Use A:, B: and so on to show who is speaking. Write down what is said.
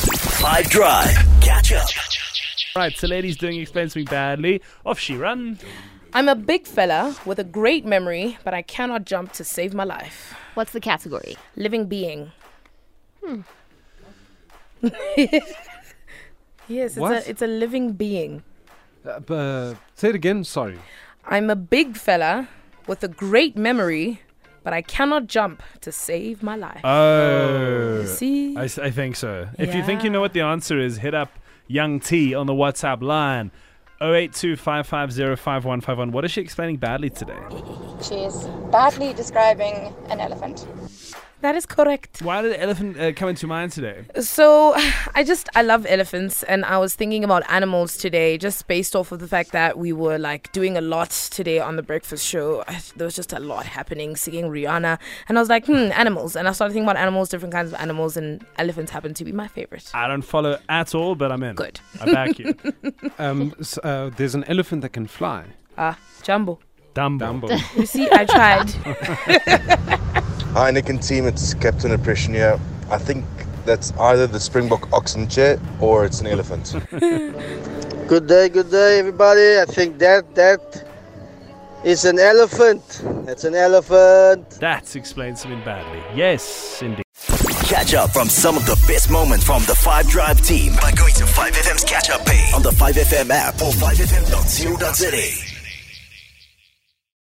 A: Five Drive. Catch up.
B: Right, so lady's doing explains me badly. Off she run.
C: I'm a big fella with a great memory, but I cannot jump to save my life.
D: What's the category?
C: Living being. Hmm. yes, it's
E: What?
C: a, it's a living being.
E: Uh, b- uh, say it again. Sorry.
C: I'm a big fella with a great memory, but I cannot jump to save my
E: Uh,
C: life.
B: Oh.
C: You see?
B: I, s- I think so. If you think you know what the answer is, hit up Young T on the WhatsApp line. 0825505151. What is she explaining badly today?
F: She is badly describing an elephant.
C: that is correct.
B: Why did elephant uh, come into mind today?
C: So, I just I love elephants, and I was thinking about animals today, just based off of the fact that we were like doing a lot today on the breakfast show. There was just a lot happening, singing Rihanna, and I was like, hmm, animals. And I started thinking about animals, different kinds of animals, and elephants happen to be my favorite.
B: I don't follow at all, but I'm in.
C: Good.
B: I back you.
E: Um, s- uh, there's an elephant that can fly.
C: Ah, Jumbo.
B: Dumbo.
E: Dumbo.
C: You see, I tried.
G: Hi, Nick and team. It's Captain Oppression here. I think that's either the Springbok oxen chair or it's an elephant.
H: Good day, good day, everybody. I think that that is an elephant. That's an elephant.
B: That explains something badly. Yes, indeed.
A: Catch up from some of the best moments from the Five Drive team by going to 5FM's catch up page on the 5FM app or 5FM.co.za.